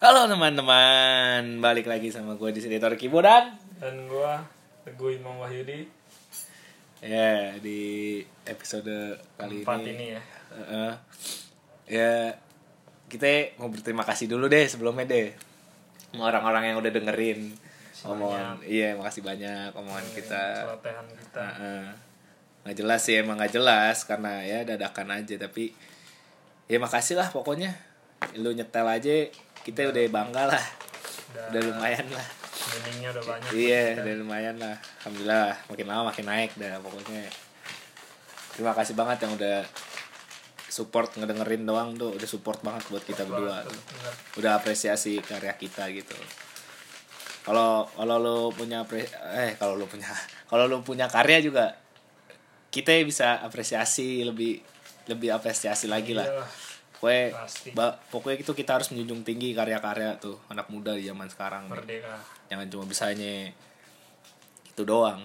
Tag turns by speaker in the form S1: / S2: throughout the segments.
S1: Halo teman-teman, balik lagi sama gue di sini Torki Bodan.
S2: dan gua Teguh Imam Wahyudi
S1: Ya di episode kali
S2: empat
S1: ini.
S2: ini ya
S1: Heeh. ya kita mau berterima kasih dulu deh sebelumnya deh sama orang-orang yang udah dengerin omongan. Iya, makasih banyak omongan
S2: Iya,
S1: kita.
S2: celotehan kita
S1: Heeh. nggak jelas sih emang nggak jelas karena ya dadakan aja tapi ya makasih lah pokoknya lu nyetel aja kita udah bangga lah
S2: Udah.
S1: Ah, udah lumayan lah
S2: miningnya udah banyak
S1: Iya, udah lumayan lah. Alhamdulillah, makin lama makin naik dah pokoknya. Terima kasih banget yang udah support ngedengerin doang tuh, udah support banget buat kita berdua.
S2: Banget, bener.
S1: Udah apresiasi karya kita gitu. Kalau kalau lu punya apre- eh kalau lu punya kalau lu punya karya juga kita bisa apresiasi lebih lebih apresiasi lagi lah.
S2: Iyalah,
S1: Pokoknya,
S2: Iya, Pasti.
S1: ba- pokoknya itu kita harus menjunjung tinggi karya-karya tuh anak muda di zaman sekarang. nih
S2: merdeka
S1: jangan cuma bisanya itu doang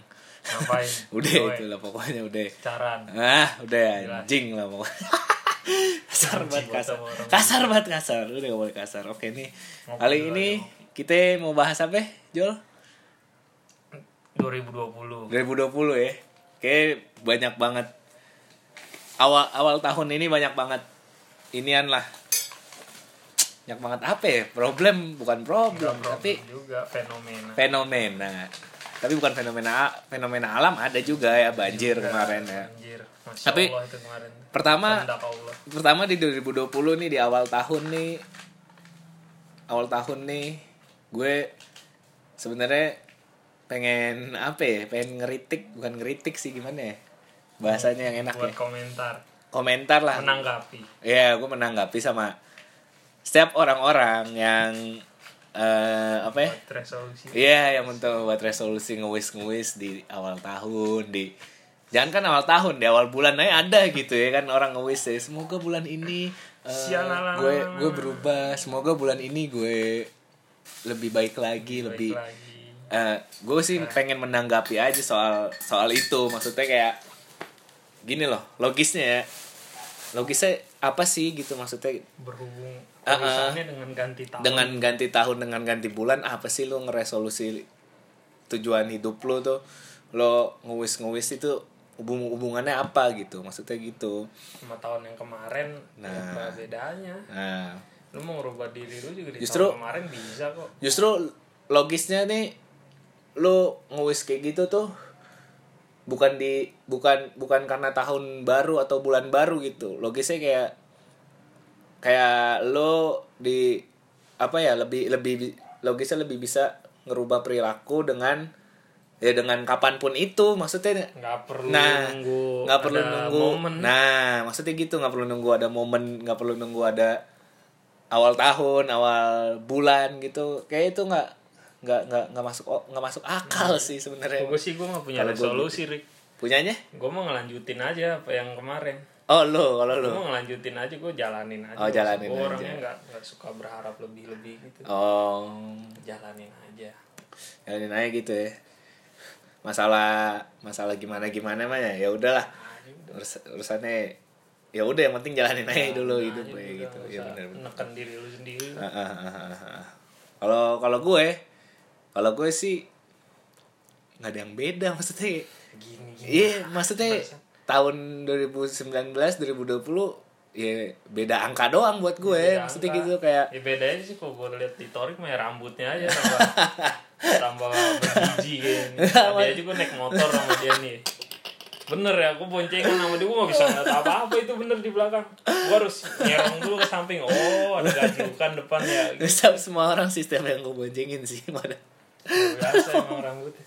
S2: ngapain
S1: udah
S2: Coy,
S1: itu lah pokoknya udah
S2: pacaran
S1: ah udah anjing lah pokoknya kasar banget
S2: buat
S1: kasar
S2: sama orang.
S1: kasar banget kasar udah gak boleh kasar oke nih kali
S2: dulu
S1: ini kita mau bahas apa Jol
S2: 2020
S1: 2020 ya kayak banyak banget awal awal tahun ini banyak banget inian lah banyak banget apa ya problem bukan problem
S2: Problem
S1: tapi
S2: juga fenomena
S1: fenomena tapi bukan fenomena fenomena alam ada juga ya banjir
S2: Iya.
S1: kemarin ya
S2: anjir Masya
S1: Tapi-
S2: Allah itu kemarin
S1: pertama
S2: Kehendak Allah
S1: pertama di 2020 nih di awal tahun nih awal tahun nih gue sebenarnya pengen apa ya pengen ngeritik bukan ngeritik sih gimana ya bahasanya yang enak
S2: buat
S1: ya
S2: komentar
S1: komentar lah
S2: menanggapi
S1: ya gue menanggapi sama setiap orang-orang yang eh apa ya
S2: buat resolusi
S1: Iya, yang untuk buat resolusi nge-wish nge-wish di awal tahun di jangan kan awal tahun di awal bulan aja ada gitu ya kan orang nge-wish ya, semoga bulan ini eh,
S2: Sialalala.
S1: gue gue berubah semoga bulan ini gue lebih baik lagi
S2: Baik
S1: lebih
S2: lagi
S1: eh, gue sih pengen menanggapi aja soal soal itu maksudnya kayak gini loh logisnya ya logisnya apa sih gitu maksudnya
S2: berhubung
S1: Ah, ah.
S2: urusannya dengan ganti tahun
S1: dengan ganti tahun dengan ganti bulan apa sih lo ngeresolusi tujuan hidup lo tuh lo ngewis ngewis itu hubung hubungannya apa gitu maksudnya gitu
S2: sama tahun yang kemarin
S1: Nah.
S2: ya, apa bedanya
S1: nah
S2: lu mau ngerubah diri lu juga di
S1: Justru-
S2: tahun kemarin bisa kok
S1: justru logisnya nih lo ngewis kayak gitu tuh bukan di bukan bukan karena tahun baru atau bulan baru gitu logisnya kayak kayak lo di apa ya lebih lebih logisnya lebih bisa ngerubah perilaku dengan ya dengan kapanpun itu maksudnya
S2: nggak perlu
S1: nah
S2: nunggu
S1: nggak perlu
S2: ada
S1: nunggu
S2: momen
S1: nah maksudnya gitu nggak perlu nunggu ada momen nggak perlu nunggu ada awal tahun awal bulan gitu kayak itu nggak nggak nggak nggak masuk nggak masuk akal
S2: Nah.
S1: sih sebenarnya
S2: gue Eh, sih gue nggak punya
S1: Kalau gua gitu.
S2: resolusi Rick
S1: punyanya
S2: gue mau ngelanjutin aja apa yang kemarin
S1: oh lo kalau lo
S2: gue mau ngelanjutin aja gue jalanin aja
S1: Oh, jalanin
S2: gue
S1: aja.
S2: orangnya nggak nggak suka berharap lebih lebih gitu
S1: oh
S2: jalanin aja
S1: jalanin aja gitu ya masalah masalah gimana gimana mah ya ya udahlah
S2: Nah,
S1: Urus- urusannya ya udah yang penting jalanin
S2: Nah,
S1: aja dulu hidup kayak gitu ya benar
S2: neken diri lu sendiri
S1: Ah, ah, ah, ah, ah. kalau kalau gue kalau gue sih nggak ada yang beda maksudnya
S2: gini gini
S1: iya maksudnya tahun 2019 2020 ya beda angka doang buat gue
S2: Iya, Beda
S1: maksudnya
S2: angka.
S1: gitu kayak
S2: ya bedanya sih kalau gue lihat di Torik mah ya rambutnya aja tambah tambah berbiji kayaknya tadi aja gue naik motor sama dia nih bener ya aku boncengan sama dia gue gak bisa ngeliat apa apa itu bener di belakang gue harus nyerong dulu ke samping oh ada gajukan depan ya Gitu.
S1: semua orang sistem yang gue boncengin sih pada
S2: biasa emang rambutnya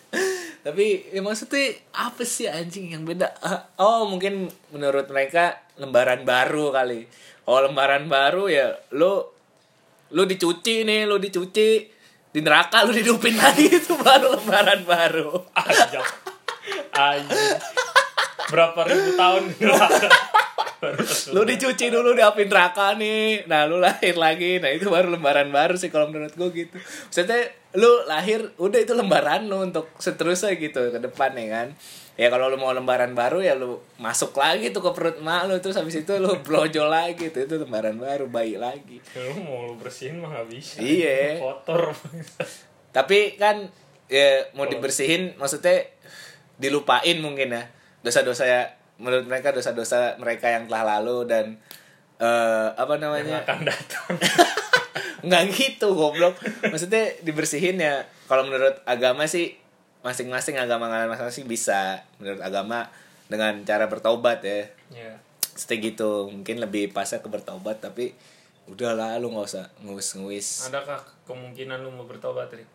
S1: tapi ya maksudnya apa sih anjing yang beda Ah, oh mungkin menurut mereka lembaran baru kali oh lembaran baru ya lu lu dicuci nih lu dicuci di neraka lu didupin lagi itu baru lembaran baru
S2: ajak anjing berapa ribu tahun di belakang
S1: lu dicuci dulu di api neraka nih nah lu lahir lagi nah itu baru lembaran baru sih kalau menurut gue gitu maksudnya lu lahir udah itu lembaran lu untuk seterusnya gitu ke depan ya kan ya kalau lu mau lembaran baru ya lu masuk lagi tuh ke perut mak lu terus habis itu lu blojol lagi tuh itu lembaran baru bayi lagi
S2: Ya, lu mau lu bersihin mah nggak bisa
S1: Iya.
S2: kotor
S1: tapi kan ya mau dibersihin maksudnya dilupain mungkin ya dosa-dosa ya menurut mereka dosa-dosa mereka yang telah lalu dan eh apa namanya
S2: akan datang
S1: nggak gitu goblok maksudnya dibersihin ya kalau menurut agama sih masing-masing agama ngalan masing-masing bisa menurut agama dengan cara bertobat ya
S2: ya
S1: stay gitu mungkin lebih pasnya ke bertobat tapi udahlah lu nggak usah ngewis-ngewis
S2: adakah kemungkinan lu mau bertobat Rik?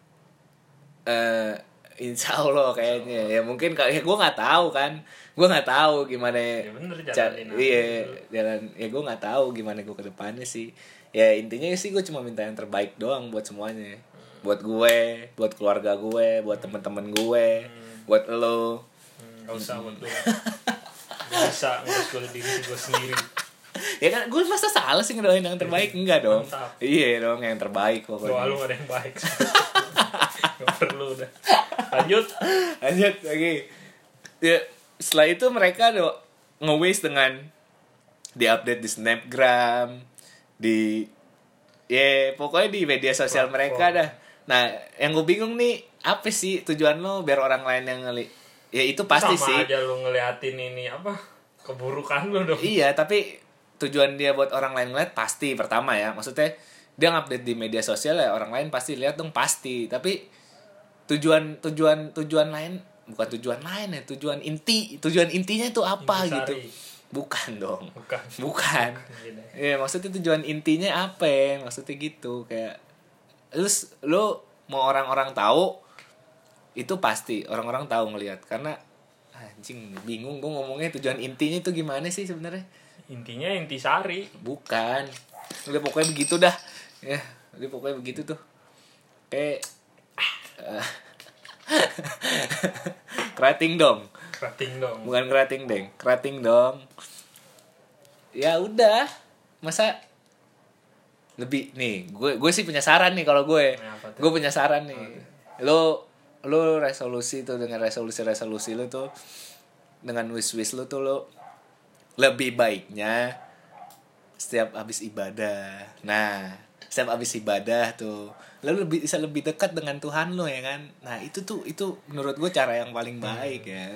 S1: eh insya Allah kayaknya ya mungkin kayak gue nggak tahu kan gue nggak tahu gimana
S2: ya bener
S1: Ca-
S2: jalanin aja gitu.
S1: iya
S2: dulu.
S1: jalan ya gue nggak tahu gimana gue kedepannya sih ya intinya sih gue cuma minta yang terbaik doang buat semuanya buat gue buat keluarga gue buat temen-temen gue buat lo
S2: Hmm, gak usah buat gue gak usah ngurus gue diri gue sendiri
S1: ya kan gue masa salah sih ngedoain yang terbaik enggak dong
S2: Mantap.
S1: iya dong yang terbaik
S2: doa
S1: pokoknya
S2: lu gak ada yang baik gak perlu udah lanjut
S1: lanjut lagi ya setelah itu mereka do nge-waste dengan di update di snapgram di ya pokoknya di media sosial mereka dah nah yang gue bingung nih apa sih tujuan lo biar orang lain yang ngeli ya itu pasti
S2: sama
S1: sih
S2: aja lu ngeliatin ini apa keburukan lu dong
S1: iya tapi tujuan dia buat orang lain ngeliat pasti pertama ya maksudnya dia ngupdate di media sosial ya orang lain pasti lihat dong pasti tapi tujuan tujuan tujuan lain bukan tujuan lain ya tujuan inti tujuan intinya itu apa
S2: Intisari.
S1: gitu bukan dong
S2: bukan
S1: bukan
S2: Gini.
S1: ya maksudnya tujuan intinya apa ya? maksudnya gitu kayak lu s- lu mau orang-orang tahu itu pasti orang-orang tahu ngelihat karena anjing bingung gue ngomongnya tujuan intinya itu gimana sih sebenarnya
S2: intinya intisari
S1: bukan udah pokoknya begitu dah ya udah pokoknya begitu tuh kayak ah, eh. kerating dong
S2: kerating dong
S1: bukan kerating deng kerating dong ya udah masa lebih nih gue gue sih punya saran nih kalau gue
S2: Nah, apa tuh?
S1: gue punya saran nih lo lo resolusi tuh dengan resolusi resolusi lo tuh dengan wish wish lo tuh lo lebih baiknya setiap habis ibadah nah setiap habis ibadah tuh lo lebih bisa lebih dekat dengan Tuhan lo ya kan nah itu tuh itu menurut gue cara yang paling baik
S2: Hmm.
S1: ya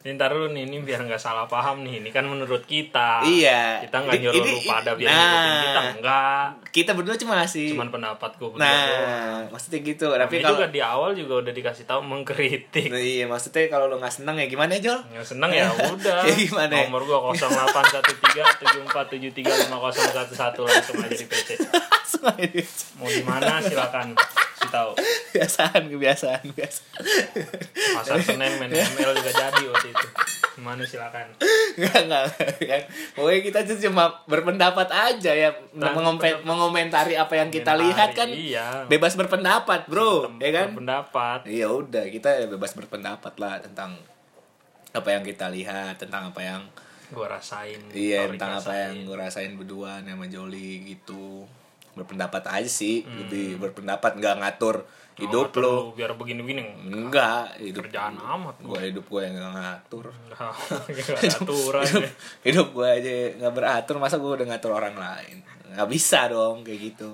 S2: Ini ntar dulu nih, ini biar nggak salah paham nih. Ini kan menurut kita.
S1: Iya.
S2: Kita nggak
S1: Ini-
S2: nyuruh lu
S1: ini-
S2: pada biar
S1: nah.
S2: ngikutin kita. Enggak.
S1: kita berdua cuma ngasih
S2: Cuman pendapat gue berdua doang.
S1: nah maksudnya gitu tapi
S2: Tapi
S1: kalau
S2: juga di awal juga udah dikasih tahu mengkritik.
S1: Nah, iya maksudnya kalau lo nggak seneng ya gimana Jol
S2: Yang seneng ya udah.
S1: Ya gimana ya?
S2: Nomor gua 081374735011 langsung aja di PC.
S1: langsung aja dia.
S2: Mau di mana silakan. Kasih tahu.
S1: kebiasaan kebiasaan biasa
S2: Pasar Senen main
S1: Ya.
S2: ML juga jadi waktu itu. Di mana silakan.
S1: nggak nggak kan pokoknya kita tuh cuma berpendapat aja ya mengompe- mengomentari apa yang kita
S2: Komentari,
S1: lihat kan
S2: iya.
S1: bebas berpendapat bro ya kan
S2: Pendapat.
S1: Iya udah kita bebas berpendapat lah tentang apa yang kita lihat tentang apa yang
S2: Gua rasain.
S1: Iya
S2: Torik
S1: tentang apa
S2: rasain.
S1: yang gue rasain berdua sama Joli gitu berpendapat aja sih lebih berpendapat nggak ngatur hidup
S2: Hmm. Ngatur
S1: lo
S2: lu biar begini-begini
S1: enggak hidup
S2: kerjaan amat
S1: gue hidup gue yang nggak ngatur
S2: Nggak ada aturan ya.
S1: hidup gue aja nggak beratur masa gue udah ngatur orang lain nggak bisa dong kayak gitu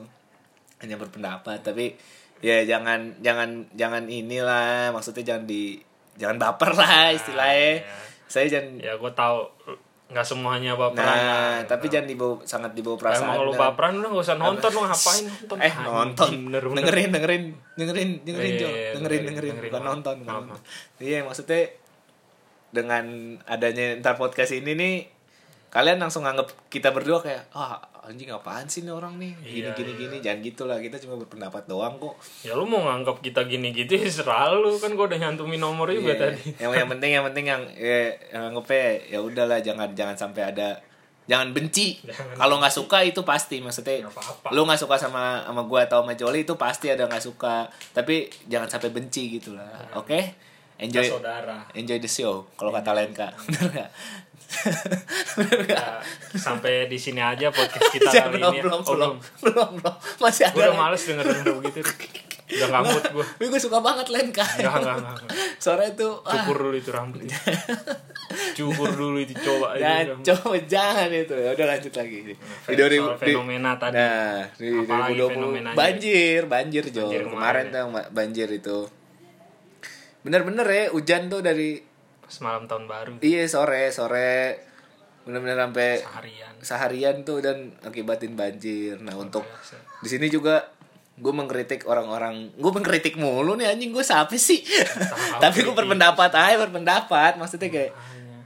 S1: hanya berpendapat tapi ya jangan jangan jangan inilah maksudnya jangan di jangan baper lah istilahnya
S2: iya.
S1: saya jangan
S2: ya gue tahu nggak semuanya baperan lah. gitu.
S1: Nah, tapi jangan dibawa sangat dibawa perasaan.
S2: emang lu
S1: dah.
S2: baperan lu nggak usah nonton lu ngapain nonton
S1: Eh
S2: Anjing,
S1: nonton,
S2: bener bener
S1: dengerin dengerin dengerin dengerin
S2: Iya,
S1: Jo,
S2: iya,
S1: dengerin
S2: dengerin,
S1: dengerin
S2: dengerin.
S1: bukan
S2: Maaf,
S1: nonton, bukan
S2: maaf,
S1: nonton. Iya maksudnya dengan adanya ntar podcast ini nih kalian langsung anggap kita berdua kayak ah anjing apaan sih nih orang nih gini
S2: Iya,
S1: gini
S2: iya.
S1: gini jangan gitu lah kita cuma berpendapat doang kok
S2: ya lu mau nganggap kita gini gitu ya serah lu kan gue udah nyantumin nomor juga
S1: Iya.
S2: tadi
S1: yang yang penting yang penting yang ya, yang anggapnya ya udahlah jangan jangan sampai ada jangan benci kalau nggak suka itu pasti maksudnya
S2: Nggak apa-apa.
S1: lu nggak suka sama sama gua atau sama Joli itu pasti ada nggak suka tapi jangan sampai benci gitu lah oke
S2: Kita
S1: enjoy
S2: Iya. saudara.
S1: enjoy the show kalau kata lain kak bener nggak bener nggak
S2: Ya, sampai di sini aja podcast kita
S1: Jangan,
S2: kali
S1: Iya, belum,
S2: ini. ya.
S1: belum,
S2: Oh,
S1: belum, belum, belum. masih
S2: Gue
S1: ada.
S2: udah males dengerin lu gitu. Udah nggak mood gue.
S1: gue suka banget Len kan.
S2: Enggak, enggak, enggak.
S1: Suara itu ah,
S2: Cukur dulu itu rambut. Cukur dulu itu coba
S1: nah,
S2: itu rambut.
S1: coba jangan itu. Ya udah lanjut lagi. Di
S2: iya, Soal
S1: 2000 di-
S2: fenomena tadi.
S1: Nah, di
S2: Apalagi
S1: 2020
S2: fenomenanya?
S1: banjir, banjir Jo.
S2: Banjir
S1: Kemarin,
S2: kemarin ya?
S1: tuh yang ma- banjir itu. Bener-bener ya hujan tuh dari
S2: Semalam tahun baru.
S1: iya sore, sore bener-bener sampai
S2: Harian.
S1: seharian tuh dan akibatin banjir. Nah, untuk
S2: Biasa.
S1: di sini juga gue mengkritik orang-orang gue mengkritik mulu nih anjing gue siapa sih tapi gue berpendapat aja berpendapat maksudnya kayak
S2: Hanya.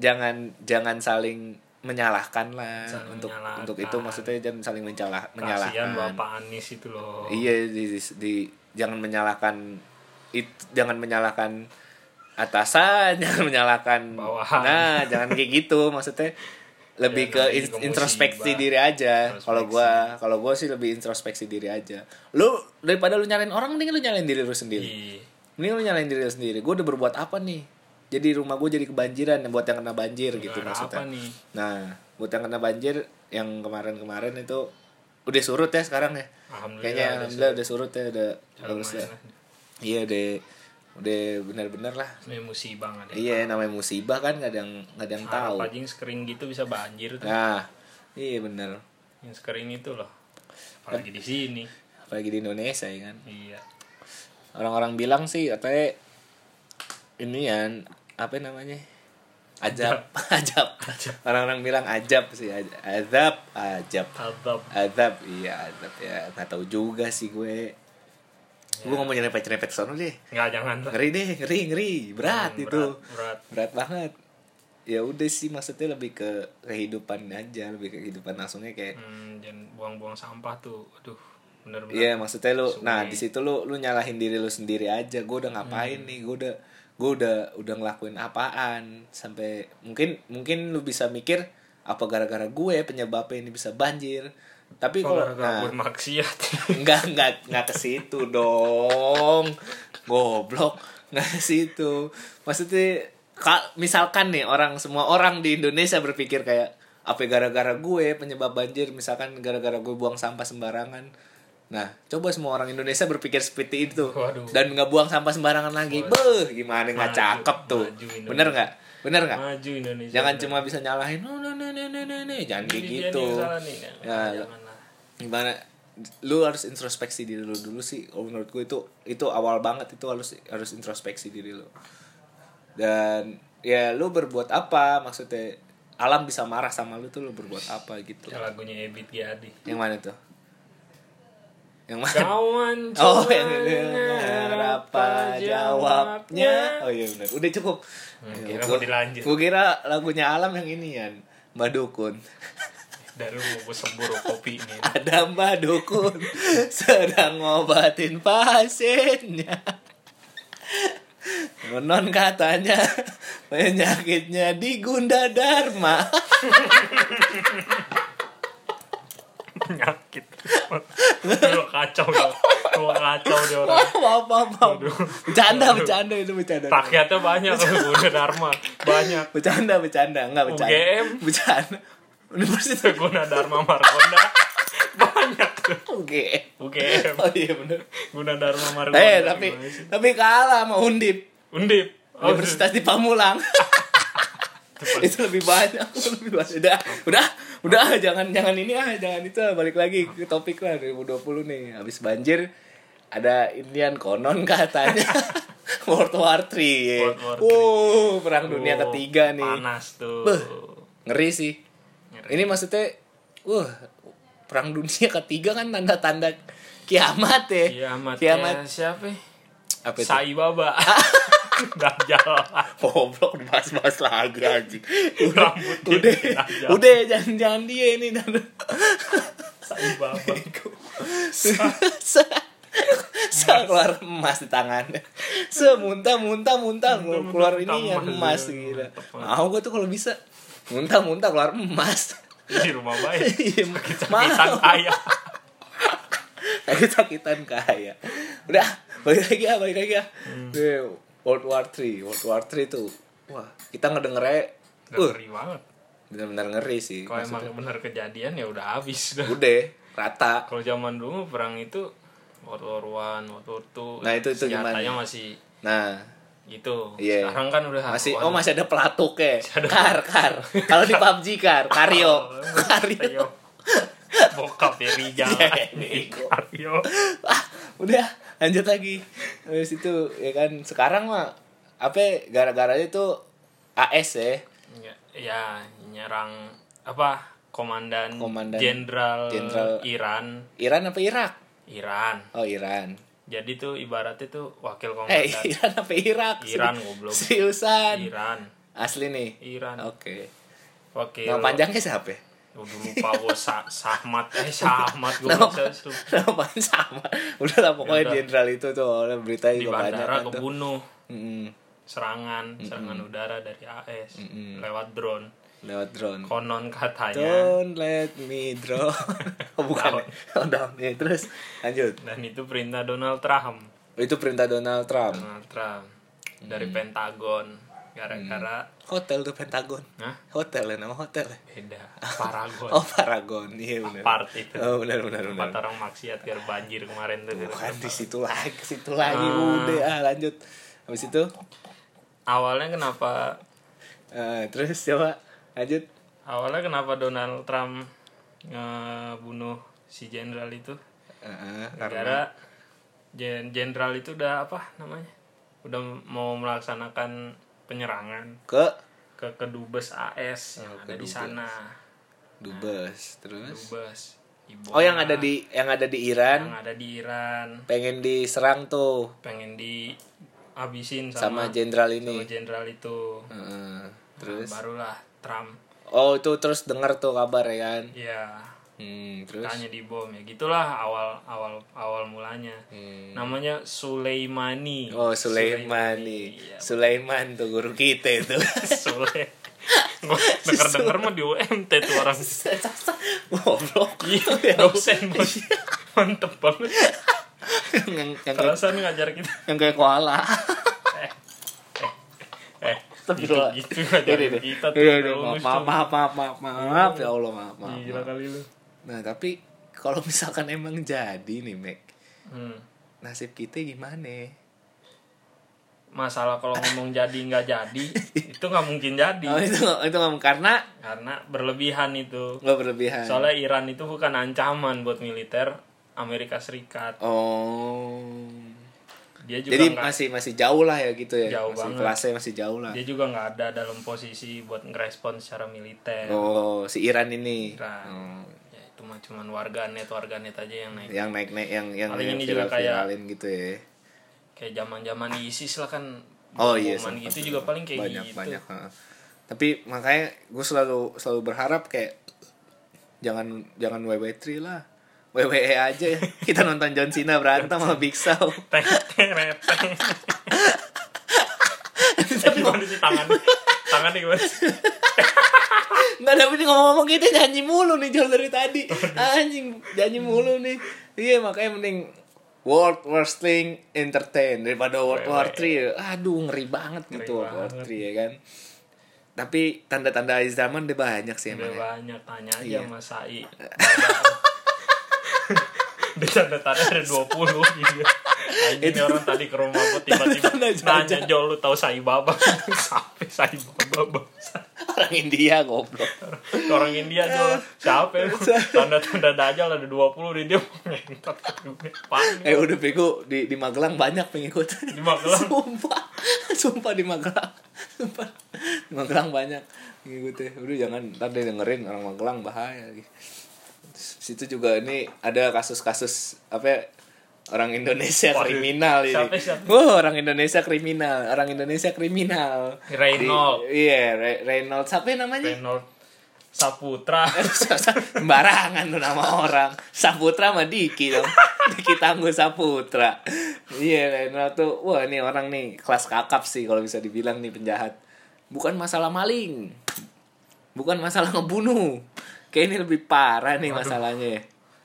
S1: jangan jangan saling menyalahkan lah
S2: Saling
S1: untuk
S2: menyalahkan.
S1: untuk itu maksudnya jangan saling mencalah
S2: Kasihan
S1: menyalahkan
S2: Bapak Anies itu loh.
S1: iya di, di- di- jangan menyalahkan it jangan menyalahkan atasan jangan menyalahkan
S2: Bawahan. Ya,
S1: nah jangan kayak gitu maksudnya lebih
S2: Jangan
S1: ke
S2: jadi
S1: in-
S2: ke musibah.
S1: introspeksi diri aja
S2: Introspeksi.
S1: kalau gua kalau gua sih lebih introspeksi diri aja lu daripada lu nyalain orang mending lu nyalain diri lu sendiri
S2: Iya.
S1: Mending lu nyalain diri lu sendiri. Gue udah berbuat apa nih? Jadi rumah gue jadi kebanjiran buat yang kena banjir gitu
S2: Gara
S1: maksudnya.
S2: apa nih?
S1: Nah, buat yang kena banjir yang kemarin-kemarin itu udah surut ya sekarang ya.
S2: Alhamdulillah
S1: Kayaknya
S2: udah
S1: alhamdulillah udah surut ya udah
S2: Ya,
S1: bagus ya.
S2: lumayan lah.
S1: Iya deh udah benar-benar lah.
S2: Ini musibah nggak ada.
S1: Iya namanya musibah kan gak ada yang gak ada yang tahu.
S2: Harap aja yang sekering gitu bisa banjir tuh.
S1: Nah, iya bener.
S2: Yang sekering itu loh. Apalagi di sini.
S1: Apalagi di Indonesia ya kan.
S2: Iya.
S1: Orang-orang bilang sih katanya ini ya apa namanya? Ajab, ajab. Orang-orang bilang ajab sih, aj- azab, ajab.
S2: Azab.
S1: Azab, iya azab ya. Nggak tahu juga sih gue. Gue ngomong nyerempet-nyerempet sono deh.
S2: Nggak jangan lah.
S1: Ngeri deh, ngeri, ngeri. Berat itu.
S2: Berat, berat.
S1: Hmm, Berat banget. Ya udah sih maksudnya lebih ke kehidupan aja, lebih ke kehidupan langsungnya kayak
S2: Hmm, jangan buang-buang sampah tuh. Aduh, bener-bener.
S1: Iya maksudnya lu, nah di situ lu lu nyalahin diri lu sendiri aja. Gue udah ngapain
S2: Hmm.
S1: nih? Gue udah gue udah udah ngelakuin apaan sampai mungkin mungkin lu bisa mikir apa gara-gara gue penyebabnya ini bisa banjir. Tapi
S2: Kok
S1: kalau
S2: gara-gara
S1: nah,
S2: bermaksiat.
S1: enggak enggak enggak ke situ dong. Goblok enggak ke situ. Maksudnya ka- misalkan nih orang semua orang di Indonesia berpikir kayak apa gara-gara gue penyebab banjir misalkan gara-gara gue buang sampah sembarangan. Nah, coba semua orang Indonesia berpikir seperti itu
S2: Waduh.
S1: dan nggak buang sampah sembarangan lagi. Beuh, gimana nggak
S2: Maju,
S1: cakep tuh.
S2: maju Indonesia.
S1: Bener nggak? Bener nggak?
S2: Maju Indonesia.
S1: Jangan cuma bisa nyalahin, "Oh, no, no, no, no, no, no." jangan kayak
S2: Ini dia nih yang
S1: gitu
S2: salah nih. Nggak,
S1: Ya,
S2: Jangan lah.
S1: gimana lu harus introspeksi diri lu dulu sih kalau menurut gue itu itu awal banget itu harus harus introspeksi diri lu dan ya lu berbuat apa maksudnya alam bisa marah sama lu tuh lu berbuat apa gitu
S2: Ya, lagunya Ebit Giadi.
S1: yang mana tuh yang mana
S2: Kawan
S1: oh
S2: cuman
S1: yang dengar iya. apa jawabnya oh iya benar udah cukup
S2: Hmm,
S1: Ayo,
S2: kira
S1: gua-
S2: mau dilanjut.
S1: gua kira lagunya alam yang ini ya mbak dukun
S2: Dari lu gue sembur kopi nih.
S1: Ada Mbak Dukun sedang ngobatin pasiennya. Nonon katanya penyakitnya di Gunda Dharma.
S2: Penyakit. Lu kacau ya. Lu kacau dia orang.
S1: Apa apa apa. Bercanda bercanda itu bercanda.
S2: Rakyatnya banyak lu udah Dharma. Banyak.
S1: Bercanda bercanda enggak bercanda.
S2: UGM.
S1: Bercanda. Universitas
S2: Guna Dharma Margonda. Banyak tuh.
S1: UGM.
S2: UGM.
S1: Oh iya bener.
S2: Guna Dharma Margonda.
S1: Eh tapi tapi kalah sama Undip.
S2: Undip. Oh,
S1: Universitas di Pamulang. itu lebih banyak, itu lebih banyak. Udah, udah, udah jangan jangan ini ah, jangan itu ah. balik lagi ke topik lah 2020 nih. Habis banjir ada Indian konon katanya World War 3. ya.
S2: World War III.
S1: Wow, perang dunia
S2: Oh,
S1: ketiga nih.
S2: Panas tuh.
S1: Beuh. Ngeri sih. Ini maksudnya wah, perang dunia ketiga kan tanda-tanda kiamat ya.
S2: Kiamat.
S1: Kiamat.
S2: Ya, siapa? ya?
S1: Apa itu? Ah.
S2: Sai Baba. Dajjal.
S1: Goblok dibahas-bahas lagi anjing.
S2: Rambut dia
S1: Udah,
S2: dirajam.
S1: udah jangan jangan dia ini dan
S2: Sai Baba.
S1: Sa keluar emas di tangannya. Semuntah muntah muntah
S2: Muntah-muntah,
S1: keluar ini ya
S2: emas.
S1: emas
S2: Iya,
S1: gila.
S2: Mantep banget.
S1: Mau gue tuh kalau bisa muntah muntah keluar emas.
S2: Di rumah baik.
S1: Iya,
S2: Pisang
S1: Mau.
S2: ayam. Hmm.
S1: Tapi sakitan kaya. Udah, balik lagi ya, balik lagi ya. Eh, World War 3 World War 3 tuh wah kita ngedengernya
S2: Udah
S1: uh,
S2: ngeri banget.
S1: benar-benar ngeri sih
S2: Kalau emang
S1: maksudnya.
S2: bener kejadian ya udah habis dah.
S1: udah rata
S2: Kalau zaman dulu perang itu World War One, World War Two,
S1: Nah, itu- itu
S2: senjatanya
S1: gimana?
S2: masih
S1: nah
S2: gitu.
S1: Iya.
S2: Sekarang kan udah
S1: masih
S2: waduh,
S1: oh masih ada pelatuknya kar kar kalau di PUBG kar
S2: Oh,
S1: kario
S2: iya.
S1: kario
S2: Ayo. Bokap ya Rijal
S1: Iya,
S2: Ayo.
S1: ah udah lanjut lagi dari situ ya kan sekarang mah apa gara-garanya tuh AS ya
S2: Ya, ya nyerang apa komandan
S1: Komandan.
S2: jenderal
S1: Jenderal.
S2: Iran
S1: Iran apa Irak
S2: Iran
S1: oh Iran
S2: jadi tuh ibaratnya tuh
S1: eh
S2: wakil komandan
S1: Iran apa Irak
S2: Oh, Iran goblok
S1: seriusan
S2: Iran
S1: asli nih
S2: Iran Iya,
S1: oke
S2: wakil
S1: Oh. nama panjangnya siapa ya?
S2: Udah lupa gue sa Sahmat eh Sahmat gue
S1: Nama-
S2: bisa tuh
S1: nama panjang sama udah lah pokoknya
S2: Ya udah.
S1: jenderal itu tuh orang beritanya
S2: di
S1: juga banyak
S2: bandara
S1: kan tuh.
S2: kebunuh
S1: Mm-mm,
S2: serangan serangan udara dari AS lewat drone
S1: lewat drone
S2: konon katanya
S1: Don't let me draw. Iya. Oh bukan. Oh, down. Ya, terus lanjut. Oh,
S2: dan itu perintah Donald Trump
S1: Itu perintah Donald Trump.
S2: Donald Trump dari Pentagon gara-gara
S1: Hotel tuh Pentagon.
S2: Hah?
S1: Hotel ya, nama hotel. ya?
S2: beda Paragon
S1: Oh Paragon. Iya benar.
S2: part itu
S1: Oh benar benar benar.
S2: empat orang maksiat gara banjir kemarin tuh
S1: Bukan di situ lagi, ke situ lagi
S2: Ah.
S1: udah ah lanjut. Habis itu
S2: awalnya kenapa
S1: eh, terus coba lanjut.
S2: awalnya kenapa Donald Trump ngebunuh si jenderal itu
S1: Eh, eh, karena
S2: gara jen- jenderal itu udah apa namanya udah mau melaksanakan penyerangan
S1: ke
S2: ke kedubes AS
S1: Oh,
S2: yang ada di
S1: kedubes.
S2: sana
S1: Dubes terus.
S2: dubes Ibona
S1: Oh yang ada di yang ada di Iran
S2: yang ada di Iran
S1: pengen diserang tuh
S2: pengen di habisin
S1: sama
S2: sama
S1: jenderal
S2: sama
S1: ini.
S2: jenderal itu
S1: Eh, eh, terus
S2: Nah, barulah Trump
S1: Oh itu terus dengar tuh kabar ya kan?
S2: ya
S1: Hmm, terus?
S2: tanya di bom ya gitulah awal awal awal mulanya
S1: Hmm.
S2: namanya Suleimani
S1: Oh Sulaimani,
S2: Iya,
S1: Sulaiman tuh guru kita itu.
S2: Sule denger denger mah di UMT tuh orang
S1: Goblok.
S2: iya dosen bos. mantep banget
S1: yang, yang, kayak,
S2: perasaan ngajar kita
S1: yang kayak koala.
S2: eh
S1: Tapi
S2: gitu
S1: lo-
S2: gitu ngajar
S1: Ini deh.
S2: kita tuh
S1: Iya,
S2: udah
S1: deh,
S2: lulus
S1: Maaf
S2: tuh.
S1: maaf maaf maaf maaf ya Allah maaf maaf.
S2: gila
S1: maaf.
S2: kali lu
S1: Nah tapi kalau misalkan emang jadi nih Mac,
S2: hmm.
S1: nasib kita gimana?
S2: masalah kalau ngomong jadi nggak jadi itu nggak mungkin jadi
S1: Oh itu itu ngomong karena
S2: karena berlebihan itu
S1: nggak berlebihan.
S2: soalnya Iran itu bukan ancaman buat militer Amerika Serikat
S1: Oh.
S2: dia juga
S1: Jadi
S2: nggak-
S1: masih masih jauh lah ya gitu ya.
S2: Jauh
S1: masih
S2: banget.
S1: kelasnya masih jauh lah.
S2: dia juga nggak ada dalam posisi buat ngerespon secara militer
S1: Oh, si Iran ini.
S2: Iran.
S1: Oh, Iya.
S2: ya itu mah cuman warganet warganet aja yang naik
S1: yang naik-naik yang yang
S2: Paling
S1: yang
S2: ini juga kayak-
S1: viral-viralin gitu ya.
S2: kayak zaman zaman ISIS lah kan
S1: Oh iya,
S2: boman
S1: sempat
S2: gitu
S1: tuh.
S2: juga paling kayak
S1: banyak,
S2: gitu
S1: Banyak, ha. Tapi makanya gue selalu selalu berharap kayak jangan jangan WW3 lah. WWE aja ya. Kita nonton John Cena berantem sama Big Show.
S2: Teng, teng, re, teng. Eh,
S1: tapi
S2: gimana sih tangan tangannya gimana sih?
S1: nggak tapi ini ngomong-ngomong kita nyanyi mulu nih jauh dari tadi. Anjing, nyanyi mulu nih. Iya, makanya mending World Wrestling Entertain daripada World War 3. Aduh, ngeri banget gitu World War 3 ya kan. Tapi tanda-tanda akhir zaman udah banyak sih
S2: udah
S1: emang. ya.
S2: banyak tanya aja
S1: Iya.
S2: sama Sai di tanda tanda ada 20 gitu ini orang tadi ke rumah aku tiba-tiba
S1: Tanda-tanda
S2: nanya
S1: jajak.
S2: jol lu tau Sai Baba sampai Sai Baba bangsa.
S1: Orang India goblok.
S2: orang India jol siapa ya tanda-tanda dajal ada 20 di dia ngentot panik
S1: Eh udah bego di di Magelang banyak pengikut.
S2: Di Magelang?
S1: Sumpah. Sumpah di Magelang. Sumpah. Di Magelang banyak pengikutnya. Udah jangan ntar dia dengerin orang Magelang bahaya lagi. Terus Situ juga ini ada kasus-kasus apa ya, orang Indonesia
S2: Waduh.
S1: kriminal ini.
S2: Siapa, siapa?
S1: Wah, orang Indonesia kriminal, orang Indonesia kriminal.
S2: Reynold.
S1: Di- Iya, Re- Reynold. Siapa yang namanya?
S2: Reynold Saputra
S1: sembarangan tuh nama orang Saputra sama Diki dong Diki Tangguh Saputra iya Lena tuh wah ini orang nih kelas kakap sih kalau bisa dibilang nih penjahat bukan masalah maling bukan masalah ngebunuh kayak ini lebih parah nih masalahnya ya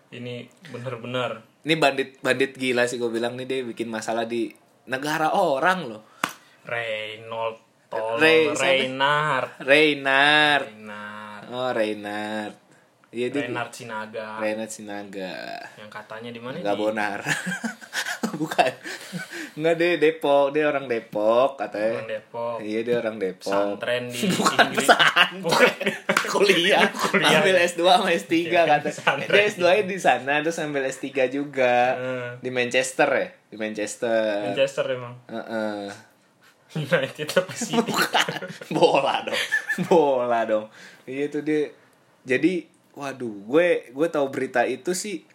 S2: ini bener-bener
S1: ini bandit bandit gila sih gue bilang nih dia bikin masalah di negara orang loh
S2: Reynold Tol
S1: Rey- siapa?
S2: Reynard
S1: Reynard
S2: Reynard
S1: oh Reynard iya dia
S2: Reynard Sinaga
S1: Reynard Sinaga
S2: yang katanya di mana
S1: nggak
S2: di
S1: bonar bukan nggak deh Depok dia orang Depok
S2: orang
S1: katanya
S2: Depok
S1: iya dia orang Depok
S2: pesantren di
S1: bukan
S2: Inggris
S1: pesantren kuliah,
S2: Kuliah.
S1: ambil S2 sama S3
S2: Iya,
S1: kata
S2: pesantren.
S1: dia S2 nya di sana terus ambil S3 juga
S2: Hmm.
S1: di Manchester ya di Manchester
S2: Manchester emang
S1: Heeh.
S2: United apa sih
S1: bukan bola dong bola dong iya tuh dia jadi waduh gue gue tahu berita itu sih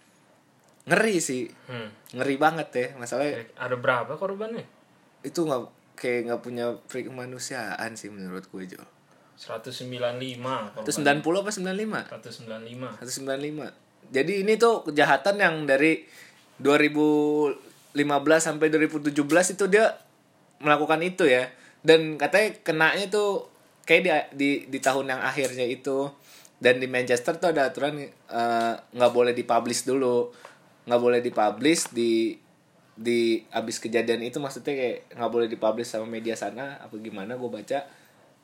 S1: ngeri sih
S2: hmm.
S1: ngeri banget ya masalahnya
S2: ada berapa korbannya
S1: itu nggak kayak nggak punya pri kemanusiaan sih menurut gue Jo.
S2: 195
S1: Itu 90
S2: korban
S1: apa 95?
S2: 195
S1: 195. Jadi ini tuh kejahatan yang dari 2015 sampai 2017 itu dia melakukan itu ya. Dan katanya kenanya tuh kayak di di, di tahun yang akhirnya itu dan di Manchester tuh ada aturan eh, nggak boleh dipublish dulu. nggak boleh dipublish di di abis kejadian itu maksudnya kayak nggak boleh dipublish sama media sana apa gimana gue baca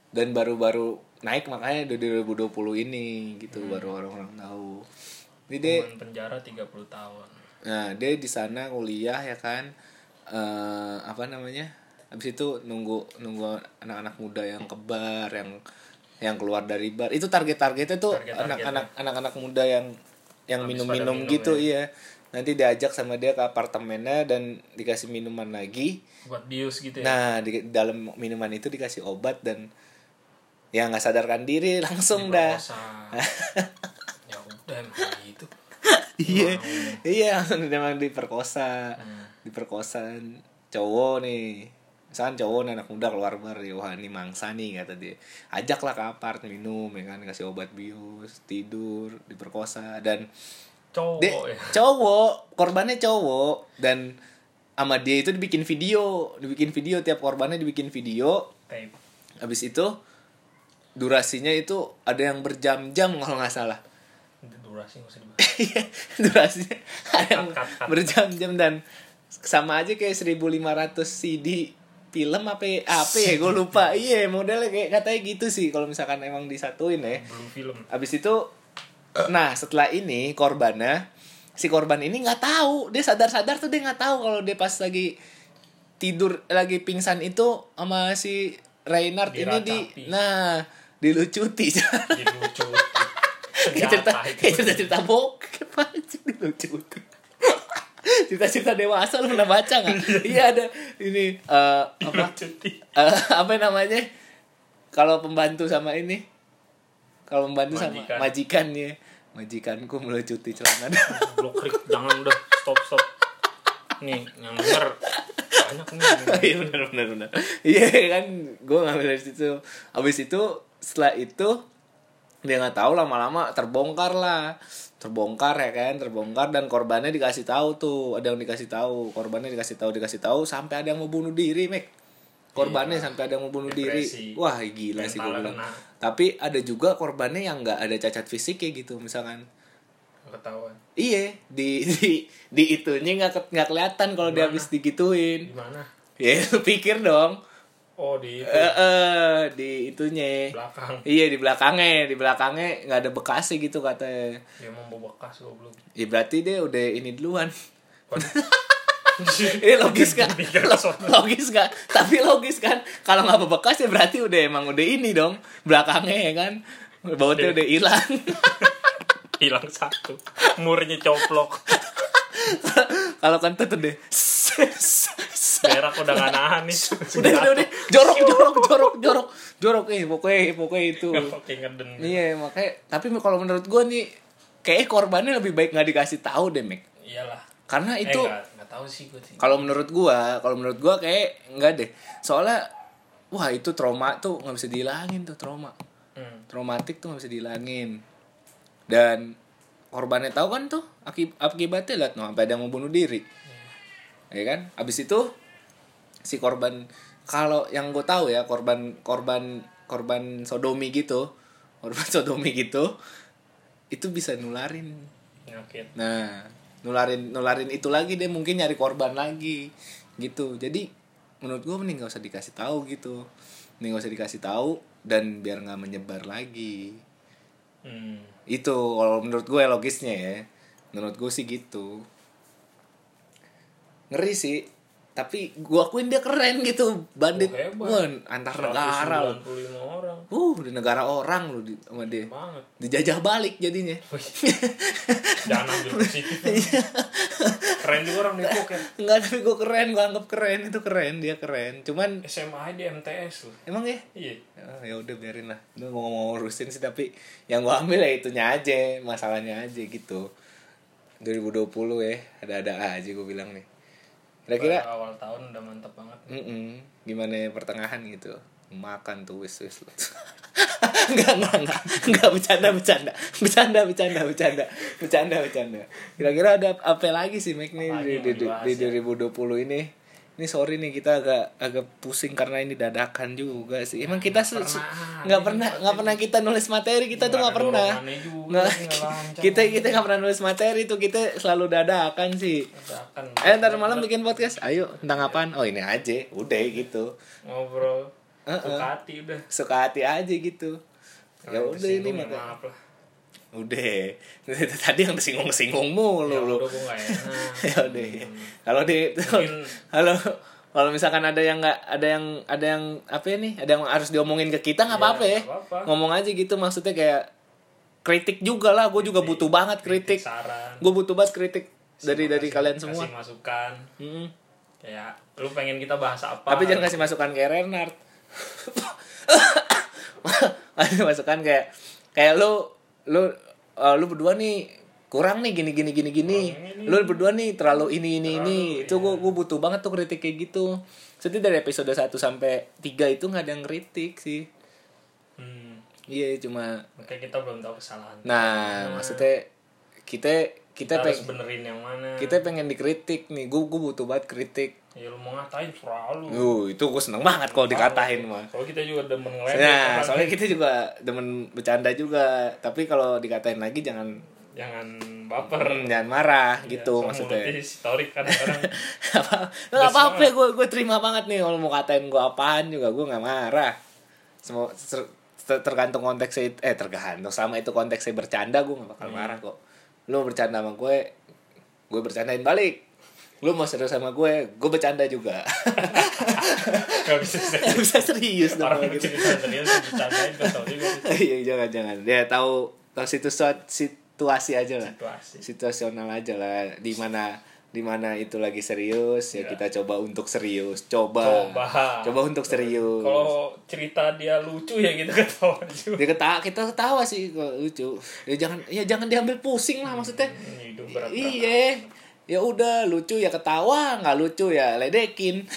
S1: dan baru-baru naik makanya di 2020 ini gitu
S2: Hmm.
S1: baru orang-orang tahu jadi dia,
S2: Hukuman penjara 30 tahun
S1: nah dia di sana kuliah ya kan eh apa namanya abis itu nunggu nunggu anak-anak muda yang kebar yang yang keluar dari bar itu target-targetnya tuh
S2: Target-targetnya.
S1: anak-anak anak-anak muda yang yang
S2: ya. Habis
S1: minum-minum
S2: pada minum ya.
S1: gitu iya nanti diajak sama dia ke apartemennya dan dikasih minuman lagi
S2: buat bius gitu ya
S1: Nah, di dalam minuman itu dikasih obat dan ya nggak sadarkan diri langsung dah.
S2: Iya, Diperkosa. ya udah emang gitu
S1: Iya. Iya, memang diperkosa.
S2: Hmm.
S1: Diperkosaan cowok nih. Misalkan cowok nih, anak muda keluar bar ya, wah ini mangsa nih kata dia. Ajaklah ke apart minum ya kan kasih obat bius, tidur, diperkosa dan
S2: cowok
S1: dia
S2: ya
S1: cowok, korbannya cowok dan sama dia itu dibikin video, dibikin video tiap korbannya dibikin video
S2: tape
S1: Habis itu durasinya itu ada yang berjam-jam kalau nggak salah.
S2: durasi nggak usah dibahas
S1: Iya, durasinya ada yang
S2: Cut, cut, cut.
S1: berjam-jam dan sama aja kayak 1500 CD film apa ya- apa ya gue lupa. Iya, modelnya kayak katanya gitu sih kalau misalkan emang disatuin ya.
S2: belum film
S1: Habis itu nah, setelah ini korbannya si korban ini nggak tahu, dia sadar-sadar tuh dia nggak tahu kalau dia pas lagi tidur lagi pingsan itu sama si Reinhard ini di
S2: Diratapi.
S1: nah dilucuti
S2: jadi lucu
S1: kayak cerita kayak cerita cerita bokep aja dilucuti cerita cerita dewasa lu pernah baca nggak iya ada ini eh, apa Eh, apa namanya kalau pembantu sama ini kalau pembantu
S2: Majikan.
S1: sama majikannya majikanku melucuti celana
S2: blok krik jangan udah stop stop nih yang denger banyak nih
S1: iya benar benar benar iya kan gue ngambil dari situ abis itu setelah itu dia nggak tahu lama-lama terbongkar lah terbongkar ya kan terbongkar dan korbannya dikasih tahu tuh ada yang dikasih tahu korbannya dikasih tahu dikasih tahu sampai ada yang mau bunuh diri mek korbannya sampai ada yang mau bunuh
S2: Iya. Depresi.
S1: diri wah gila sih gue
S2: Mentalnya
S1: bilang
S2: kena.
S1: tapi ada juga korbannya yang nggak ada cacat fisik ya gitu misalkan
S2: ketahuan
S1: iya di di di itunya nggak ke- nggak kelihatan kalau dia
S2: Gimana?
S1: habis digituin
S2: di mana
S1: Ya lu pikir dong.
S2: oh di
S1: Eh eh, di itunya.
S2: belakang
S1: Iya di belakangnya, di belakangnya nggak ada bekasnya gitu katanya.
S2: dia mau bawa bekas goblok
S1: Ya berarti dia udah ini duluan.
S2: Waduh.
S1: Ini logis kan?
S2: Pikir ke sono.
S1: logis kan? Tapi logis kan? Kalau nggak berbekas ya berarti udah emang udah ini dong. Belakangnya ya kan? Bautnya udah hilang.
S2: hilang satu murnya coplok
S1: Kalau kan kentut udah.
S2: berak udah gak nahan nih
S1: udah udah udah jorok jorok jorok jorok jorok eh pokoknya pokoknya itu
S2: Oke ngeden
S1: Iya makanya tapi kalau menurut gue nih kayak korbannya lebih baik nggak dikasih tahu deh Mek.
S2: Iyalah
S1: Karena
S2: Eh,
S1: Nah, itu
S2: nggak- nggak tahu sih gue sih
S1: kalau menurut gua kalau menurut gua kayak nggak deh. Soalnya wah itu trauma tuh nggak bisa dihilangin tuh trauma.
S2: Hmm.
S1: Traumatik tuh nggak bisa dihilangin. Dan korbannya tahu kan tuh akib- akibatnya lihat no, sampai ada yang mau bunuh diri. Ya kan? Abis itu si korban kalau yang gue tahu ya korban korban korban sodomi gitu korban sodomi gitu itu bisa nularin
S2: Penyakit
S1: nah nularin nularin itu lagi deh mungkin nyari korban lagi gitu jadi menurut gue mending gak usah dikasih tahu gitu mending gak usah dikasih tahu dan biar nggak menyebar lagi
S2: Hmm.
S1: itu kalau menurut gue logisnya ya menurut gue sih gitu ngeri sih tapi gue akuin dia keren gitu bandit
S2: Oh, hebat.
S1: Wah, antar negara loh
S2: 195 orang.
S1: uh di negara orang loh di, sama dia
S2: Banget.
S1: dijajah balik jadinya
S2: Wih. Jangan ambil positif. Keren juga orang Depok ya.
S1: nggak tapi gue keren gue anggap keren itu keren dia keren cuman
S2: SMA di MTS loh.
S1: emang ya
S2: Iya.
S1: Ah, ya udah biarin lah gue mau mau ngurusin sih tapi yang gue ambil ya itunya aja masalahnya aja gitu 2020 ya ada-ada aja gue bilang nih kira-kira
S2: Baru awal tahun udah mantap banget.
S1: mm-mm, gimana ya pertengahan gitu makan tuh wis wis nggak nggak nggak nggak bercanda bercanda bercanda bercanda bercanda bercanda bercanda kira-kira ada apa lagi sih Mike nih
S2: Apa
S1: di,
S2: lagi
S1: di,
S2: yang dibahas ya?
S1: di, di 2020 ini ini sorry nih kita agak agak pusing karena ini dadakan juga sih emang kita se- se-
S2: pernah.
S1: nggak pernah nggak pernah kita nulis materi kita tuh nggak
S2: Nggak ada
S1: pernah
S2: dorongannya juga,
S1: nggak
S2: nggak lancar.
S1: kita kita nggak pernah nulis materi tuh kita selalu dadakan sih
S2: Dadakan.
S1: Eh ntar malam bikin podcast, ayo tentang apaan? Oh ini aja, udah gitu,
S2: Ngobrol.
S1: Heeh.
S2: Suka hati udah.
S1: suka hati aja gitu. Ya
S2: Yang
S1: udah ini
S2: tersinggung ya
S1: maka
S2: Maaf lah.
S1: udah. Tadi yang tersinggung singgung mulu lu.
S2: Ya Udah gue nggak enak.
S1: Ya udah. Kalau di
S2: Mungkin-
S1: kalau kalau misalkan ada yang nggak ada yang ada yang apa ya nih ada yang harus diomongin ke kita nggak
S2: Iya,
S1: apa-apa ya
S2: nggak apa-apa.
S1: ngomong aja gitu maksudnya kayak kritik juga lah gue juga butuh banget kritik
S2: Saran.
S1: gue butuh banget kritik dari
S2: Kasih-
S1: dari kalian semua
S2: Kasih masukan.
S1: Mm-mm.
S2: Kayak lu pengen kita bahas apa?
S1: Tapi jangan kasih masukan kayak Renard. Kasih masukan kayak kayak lu lu eh, lu berdua nih kurang nih gini gini gini gini. Lu berdua nih terlalu ini ini ini. Itu gua, gua butuh banget tuh kritik kayak gitu. Jadi dari episode 1 sampai 3 itu nggak ada yang kritik sih.
S2: Hmm.
S1: Iya cuma
S2: Oke kita belum tahu kesalahan.
S1: nah maksudnya kita kita
S2: kita harus
S1: peng-
S2: benerin yang mana.
S1: kita pengen dikritik nih. Gua gua butuh banget kritik.
S2: Ya lu mau ngatain surah lu.
S1: Uh, itu gua seneng banget kalau dikatain mah.
S2: Kalau kita juga udah ngeledek. kan.
S1: Nah,
S2: orang.
S1: soalnya kita juga demen bercanda juga, tapi kalau dikatain lagi jangan
S2: Jangan baper.
S1: hmm, jangan marah gitu
S2: Ya,
S1: maksudnya.
S2: mulutnya historik kan, kadang-kadang.
S1: Apa? Nggak apa-apa, gue gue terima banget nih kalau mau katain gue apaan juga gue nggak marah. Semua ter- ter- tergantung konteksnya it- eh tergantung sama itu konteksnya bercanda gue nggak bakal marah kok. Lu mau bercanda sama gue, gue bercandain balik. Lu mau serius sama gue, gue bercanda juga.
S2: Gak bisa serius.
S1: Bisa serius dong
S2: Orang
S1: kalau gitu.
S2: bercerita serius bercandain kesel juga
S1: Iya jangan jangan. Ya tahu tahu situasi situasi aja lah.
S2: situasi.
S1: Situasional aja lah di mana di mana itu lagi serius ya kita coba untuk serius. Coba.
S2: Iya. Coba.
S1: Coba untuk serius.
S2: Kalau cerita dia lucu ya gitu ketawa juga.
S1: Dia ketawa, kita ketawa sih kok lucu. Ya jangan ya jangan diambil pusing lah maksudnya.
S2: Ini Hmm, hidup berat.
S1: Iya. Ya udah lucu ya ketawa, nggak lucu ya ledekin.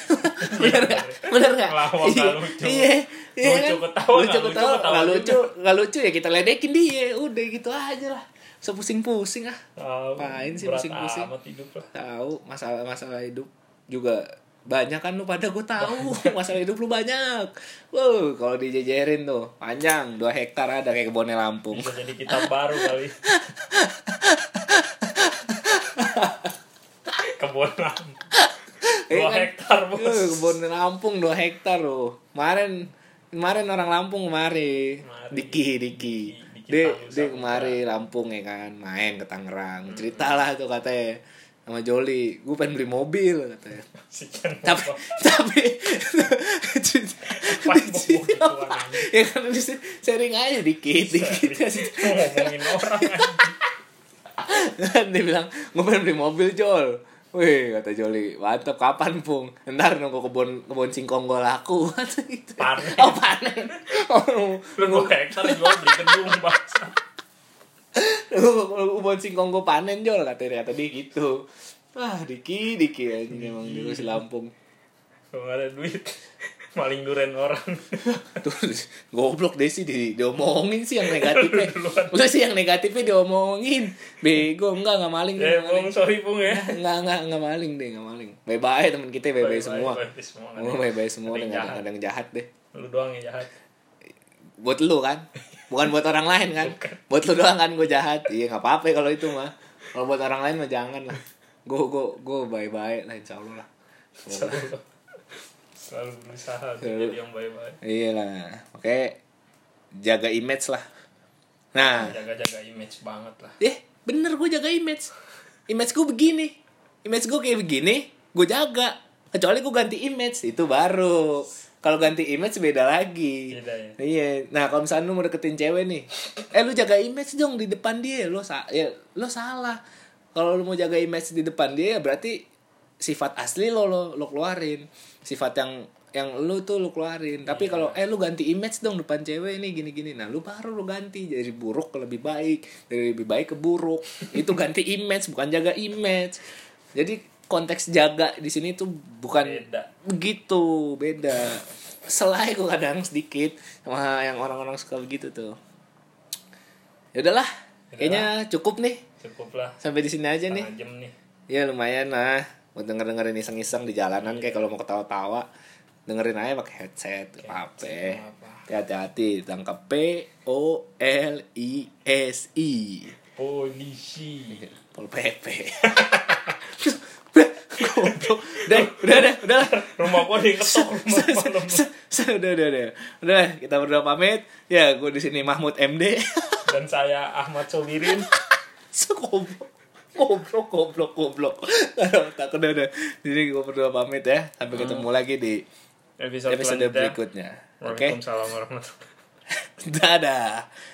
S1: Bener nggak? Bener nggak?
S2: Ngelawak nggak
S1: Iya.
S2: lucu.
S1: Iya. Iya
S2: Lucu
S1: kan?
S2: ketawa
S1: lucu
S2: nggak lucu,
S1: ketawa,
S2: ketawa
S1: nggak
S2: juga.
S1: lucu, nggak lucu ya kita ledekin dia. Udah gitu aja lah. So pusing-pusing ah. Ngapain sih pusing-pusing?
S2: amat hidup lah.
S1: Tahu masalah-masalah hidup juga banyak kan lu pada gue tahu masalah hidup lu banyak. Wow, kalau dijejerin tuh panjang 2 hektar ada kayak kebunnya Lampung.
S2: Bisa jadi kitab baru kali. Kebunan.
S1: Iya
S2: Dua
S1: kan?
S2: hektar bos.
S1: Eh, kebun Lampung 2 hektar loh. Kemarin kemarin orang Lampung kemari.
S2: Kemari.
S1: Diki, Diki.
S2: Diki
S1: Dia
S2: tahu
S1: dia
S2: sama Hmm.
S1: kemari Lampung ya kan, main ke Tangerang. Ceritalah tuh katanya sama Joli, gue pengen beli mobil katanya.
S2: Si Ken
S1: Tapi
S2: Bobo.
S1: tapi
S2: Pas bobo gituan aja.
S1: ya kan di sini sharing aja dikit dikit
S2: Mau ngomongin orang aja.
S1: kan dia bilang gue pengen beli mobil Jol Wih, kata Joli, mantep kapan pung? Ntar nunggu kebun kebun singkong gue laku, kata gitu.
S2: Panen.
S1: Oh panen. Oh,
S2: Lu dua hektar jual beli gedung bangsa.
S1: nunggu kebun singkong gue panen Jol, kata dia, kata dia gitu. Wah, Diki, Diki aja emang dulu si Lampung.
S2: Kalau nggak ada duit maling duren orang.
S1: Terus goblok deh sih di, diomongin sih yang negatifnya.
S2: Lu duluan.
S1: Lu sih yang negatifnya diomongin. Bego enggak enggak maling.
S2: Eh,
S1: enggak maling. Iya.
S2: Bung, sorry Bung ya.
S1: Enggak enggak enggak maling deh, enggak maling. Bye-bye teman kita, bye-bye semua.
S2: Bye-bye semua.
S1: Mau Oh, bye-bye semua Iya.
S2: Ada yang
S1: dengan
S2: jahat.
S1: kadang jahat deh.
S2: Lu doang yang jahat.
S1: Buat lu kan? Bukan buat orang lain kan? Buat lu doang kan gue jahat. Iya nggak apa-apa kalau itu mah. Kalau buat orang lain mah jangan lah. Gue gue gue bye bye lah insya Allah lah. Semoga.
S2: selalu berusaha untuk
S1: Selalu.
S2: jadi yang baik-baik
S1: Iya lah, oke jaga image lah. Nah,
S2: jaga-jaga image banget lah
S1: eh bener gue jaga image. Image gue begini, image gue kayak begini, gue jaga. Kecuali gue ganti image itu baru. Kalau ganti image beda lagi.
S2: Beda ya.
S1: Iya. Nah kalau misalnya lu mau deketin cewek nih, eh lu jaga image dong di depan dia. Lo sa ya, lo salah. Kalau lu mau jaga image di depan dia, ya berarti sifat asli lo lo lo keluarin. Sifat yang yang lu tuh lu keluarin. Tapi kalau eh lu ganti image dong depan cewek ini gini gini. Nah lu baru lu ganti dari buruk ke lebih baik, dari lebih baik ke buruk. Itu ganti image bukan jaga image. Jadi konteks jaga di sini tuh bukan
S2: Beda.
S1: begitu Gitu, beda selai gue kadang sedikit sama yang orang-orang suka begitu tuh ya udahlah kayaknya cukup nih
S2: cukup lah
S1: sampai di sini aja Iya nih
S2: setengah jam nih
S1: ya lumayan lah buat denger dengerin iseng-iseng di jalanan kayak kalau mau ketawa-tawa dengerin aja pakai headset
S2: headset,
S1: apa
S2: nggak apa.
S1: hati-hati tangkap P O L I S I
S2: polisi
S1: Pol PP Goblok. udah udah udah udah lah.
S2: rumah gua diketok rumah malam
S1: Se- se- udah udah udah udah lah, kita berdua pamit ya gue di sini Mahmud MD
S2: dan saya Ahmad Sobirin
S1: sekoblok goblok goblok goblok tak udah udah jadi gue berdua pamit ya sampai ketemu lagi di
S2: episode,
S1: episode
S2: selanjutnya.
S1: berikutnya oke
S2: Waalaikumsalam warahmatullahi
S1: dadah